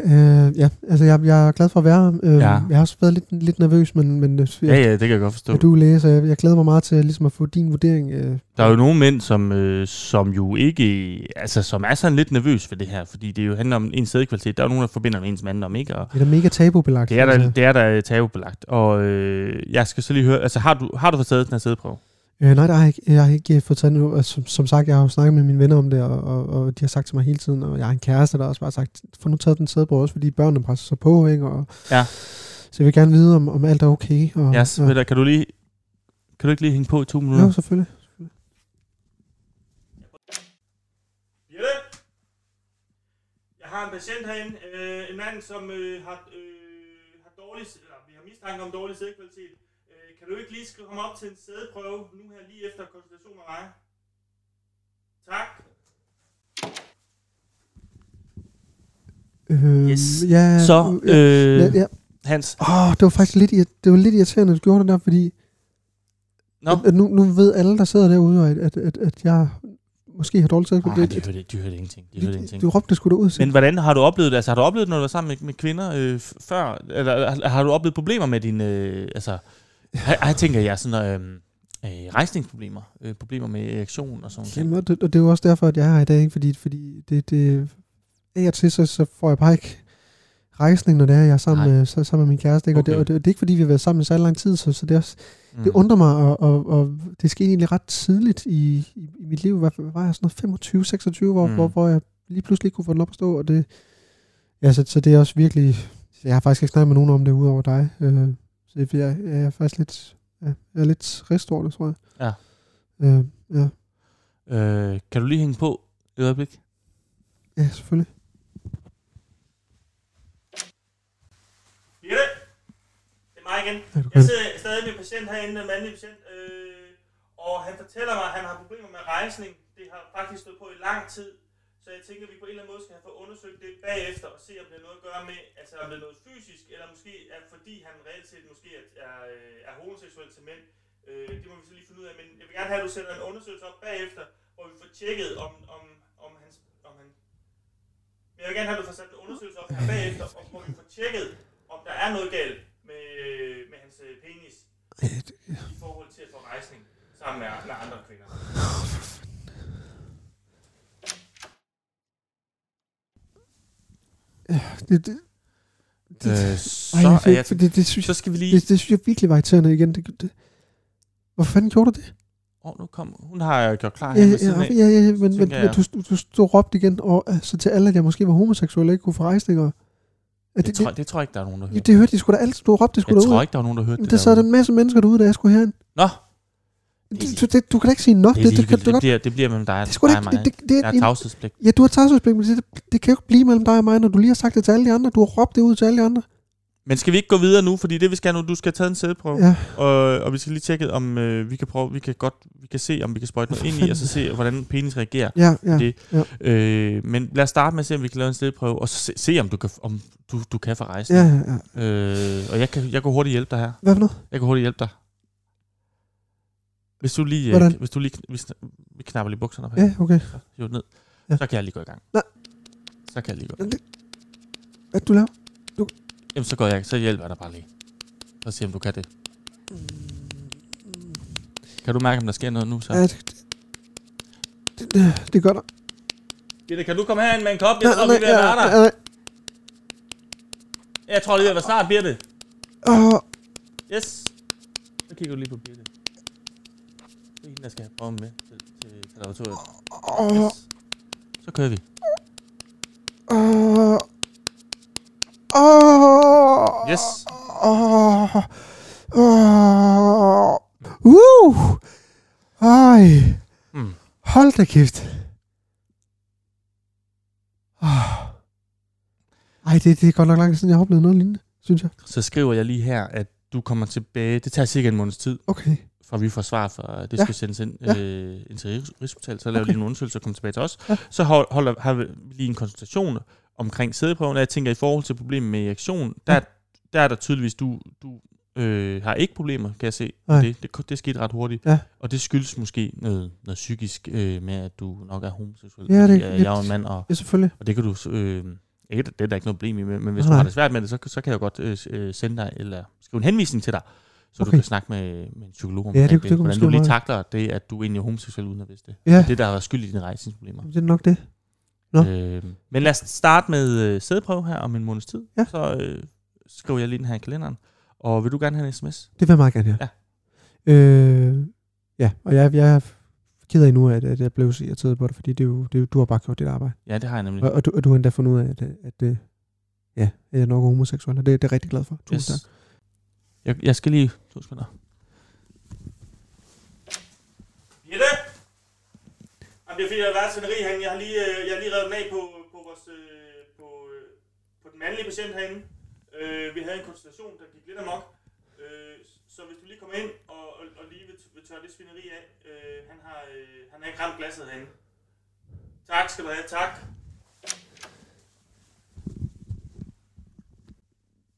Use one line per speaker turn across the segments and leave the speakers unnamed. Øh, ja, altså jeg, jeg er glad for at være her. Øh,
Ja.
ja. Jeg har også været lidt, lidt nervøs, men, men øh, jeg,
Ja, ja, det kan jeg godt forstå.
er du er læge, så jeg, jeg glæder mig meget til ligesom at få din vurdering. Øh.
Der er jo nogle mænd, som, øh, som jo ikke, altså som er sådan lidt nervøs for det her, fordi det jo handler om ens sædkvalitet. Der er jo nogen, der forbinder med ens mandom, ikke? Og
Det er da mega tabubelagt.
det er der,
altså.
det er der tabubelagt. Og øh, jeg skal så lige høre, altså har du, har du fået taget den her sædeprøve?
Øh, nej, der har jeg, ikke- jeg har ikke øh, fået taget nu. Og som, som sagt, jeg har jo snakket med mine venner om det, og, og, og de har sagt til mig hele tiden, og jeg har en kæreste, der også bare har sagt, få nu taget den sædeprøve også, fordi børnene presser sig på, ikke? Og,
Ja.
Så jeg vil gerne vide, om, om alt er okay. Og,
Ja, yes,
og,
Peter, kan du lige, kan du ikke lige hænge på i to minutter?
jo, selvfølgelig.
Jette? Jeg har en patient herinde, øh, en mand, som øh, har, øh, har dårlig, eller vi har mistanke om dårlig sædkvalitet. Øh, kan du ikke lige skrive ham op til en sædeprøve, nu her lige efter konsultation med mig? Tak.
Øh,
Yes.
Ja,
Så,
ja,
øh,
ja, ja.
Hans.
Åh, det var faktisk lidt, irri- det var lidt irriterende, at du gjorde det der, fordi
Nå.
at, at nu, nu ved alle, der sidder derude, at, at, at, at jeg måske har dårligt
Nej,
sædkvalitet.
de hørte, de hørte ingenting. De
Du,
hørte ingenting.
du råbte det sgu derud,
Men hvordan har du oplevet det? Altså, har du oplevet, når du var sammen med, med kvinder øh, f- før? Eller øh, har- har du oplevet problemer med din... Øh, altså, her, her tænker jeg sådan... Øh, øh, rejsningsproblemer, øh, problemer med erektion og sådan
Jamen,
noget.
og det, og det er jo også derfor, at jeg er her i dag, ikke? fordi, fordi det, det, af og til, så, så får jeg bare ikke rejsning, når det er, jeg er sammen,
Nej.
med, så, sammen med min kæreste. Ikke? Okay. Og, det,
Okay.
og, det, og det er ikke, fordi vi har været sammen i så lang tid, så, så det, er også, mm. det undrer mig, og, og, og det skete egentlig ret tidligt i, i, i mit liv. Hvad hvad var jeg sådan noget 25-26, hvor,
Mm.
mm. hvor, hvor jeg lige pludselig kunne få den op at stå, og det, ja, så, så det er også virkelig, jeg har faktisk ikke snakket med nogen om det, udover dig. Øh, så jeg, jeg, jeg er faktisk lidt, ja, jeg er lidt rist over det, tror jeg.
Ja.
Øh, ja.
Øh, kan du lige hænge på et øjeblik?
ja, selvfølgelig.
Birte, det er mig igen.
Ja, du
Jeg
kan.
Altså-
sidder stadig med en patient herinde, en mandlig patient, øh, og han fortæller mig, at han har problemer med rejsning. Det har faktisk stået på i lang tid, så jeg tænker, at vi på en eller anden måde skal have fået undersøgt det bagefter og se, om det er noget at gøre med, altså om det er noget fysisk, eller måske er, fordi han reelt set måske er, er, øh, er homoseksuel til mænd. Øh, det må vi så lige finde ud af, men jeg vil gerne have, at du sætter en undersøgelse op bagefter, hvor vi får tjekket, om, om, om, hans, om han... Men jeg vil gerne have, at du får sat en undersøgelse op her bagefter, og hvor vi får tjekket, om der er noget galt med, med hans øh, penis i forhold til at få rejsning sammen med, med andre kvinder.
Det, det, det, øh,
så,
ej, jeg,
er
jeg,
jeg,
det, det, det, synes,
så skal vi lige...
det, det synes jeg virkelig var irriterende igen. Det, det. Hvor fanden gjorde du det?
Åh, nu kom... Hun har gjort klar
Ja,
her ved siden
ja,
af.
ja, ja, ja men, men,
tænker
men
jeg.
du, du, du stod og råbte igen og, altså, til alle, at jeg måske var homoseksuel og ikke kunne få rejsninger. Ja,
Det
det,
tror, det tror jeg ikke, der er nogen, der
det,
hørte.
det, hørte de sgu da alt. Du råbte det sgu
Jeg
da
tror
ud.
ikke, der er nogen, der hørte
Men
det
der sad
derude.
en masse mennesker derude, da jeg skulle herind.
Nå,
Det, du, det, du kan da ikke sige nå. Det,
det, er
det, det, kan du
ligegyldigt. det,
godt.
bliver, det bliver mellem dig,
Det er sgu da
dig og
ikke...
mig.
Det, det, det,
Jeg
er
har
en,
tavshedspligt.
ja, du har tavshedspligt, men det, det kan jo ikke blive mellem dig og mig, når du lige har sagt det til alle de andre. Du har råbt det ud til alle de andre.
Men skal vi ikke gå videre nu? Fordi det, vi skal nu, du skal have taget en sædeprøve.
Ja.
Og, og vi skal lige tjekke, om øh, vi kan prøve, vi kan godt, vi kan se, om vi kan sprøjte noget ind i, og så se, hvordan penis reagerer.
Ja, ja.
Det- Øh, men lad os starte med at se, om vi kan lave en sædeprøve, og så se, se om du kan, om du, du kan få rejsen.
Ja, ja, ja.
Øh, og jeg kan, jeg kan hurtigt hjælpe dig her.
Hvad for noget?
Jeg kan hurtigt hjælpe dig. Hvis du lige, øh,
Hvordan?
hvis du lige kn- hvis, vi knapper lige bukserne op her,
Ja, okay.
så hiver den ned,
Ja.
så kan jeg lige gå i gang.
Nej.
Så kan jeg lige gå.
Hvad du laver?
Jamen, så går jeg, så hjælper jeg dig bare lige. Så se, om du kan det. Kan du mærke, om der sker noget nu? Så?
Ja, det, det, det, det gør der.
Gitte, kan du komme herind med en kop?
Nej, nej, ja, ja, nej.
Jeg tror, det er snart, Birte.
Åh,
Yes. Så kigger du lige på Birte. Det er hende, der skal have prøven med til, til, til laboratoriet.
åh,
Yes. Så kører vi.
åh. Åh.
Yes.
Åh. Åh. Uh. Ej.
Mm.
Hold da kæft. Åh. Ah. Ej, det, det er godt nok lang tid siden, jeg har oplevet noget lignende, synes jeg.
Så skriver jeg lige her, at du kommer tilbage. Det tager cirka en måneds tid,
Okay.
fra vi får svar fra, det
Ja.
skal sendes ind,
Ja.
øh, ind til Rigs- Rigshospitalet. Så laver okay.
Okay.
lige en undersøgelse og kommer tilbage til os.
Ja.
Så hold, holder, har vi lige en konsultation omkring sædeprøven. Og jeg tænker, i forhold til problemet med erektion, der,
Ja.
der er der tydeligvis, du, du øh, har ikke problemer, kan jeg se.
Nej.
Det, det, det skete ret hurtigt.
Ja.
Og det skyldes måske noget, noget psykisk øh, med, at du nok er homoseksuel.
Ja,
fordi,
det-
øh,
det-
jeg er jo en mand, og,
Ja, selvfølgelig.
og det kan du... Øh, Ikke, det er der ikke noget problem i, men men hvis
Nej,
du har
nej.
det svært med det, så, så kan jeg jo godt øh, s- øh, sende dig, eller skrive en henvisning til dig, så okay. du
Okay.
kan snakke med, med en psykolog om
Ja, det- det kunne
hvordan
måske
du lige
være.
takler det, at du egentlig er homoseksuel uden at vidste det.
Ja.
Det er det, der har været skyld i dine rejsningsproblemer.
Det er nok det. Nå.
Øh, men lad os starte med øh, sædeprøve her om en måneds tid.
Ja.
Så øh, skriver jeg lige den her i kalenderen. Og vil du gerne have en sms?
Det vil jeg meget gerne, ja.
Ja.
Øh, ja, og jeg, jeg er ked af nu, at, at jeg blev så irriteret på det, fordi det er jo, det er jo, du har bare gjort dit arbejde.
Ja, det har jeg nemlig.
Og, og, du, og du har endda fundet ud af, at, at, øh, ja, at jeg nok er homoseksuel, og det, det er jeg rigtig glad for. Tusind yes. tak.
Jeg, jeg skal lige... To sekunder.
Jette? Jamen, det er fordi, jeg har været til en rig herinde. Jeg har lige, øh, jeg har lige revet den af på, på, vores, øh, på, øh, på den mandlige patient herinde. Øh, vi havde en konstellation, der gik lidt amok. Øh, så hvis du lige kommer ind og, og, og lige vil, vil tørre det svineri af, øh, han, har, øh, han har ikke ramt glasset herinde. Tak skal du have, tak.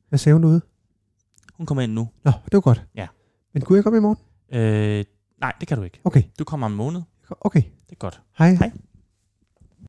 Hvad sagde hun derude?
Hun kommer ind nu.
Nå, det var godt.
Ja.
Men kunne jeg komme i morgen?
Øh, nej, det kan du ikke.
Okay,
Du kommer om en måned.
okay.
Det er godt.
Hej.
Hej.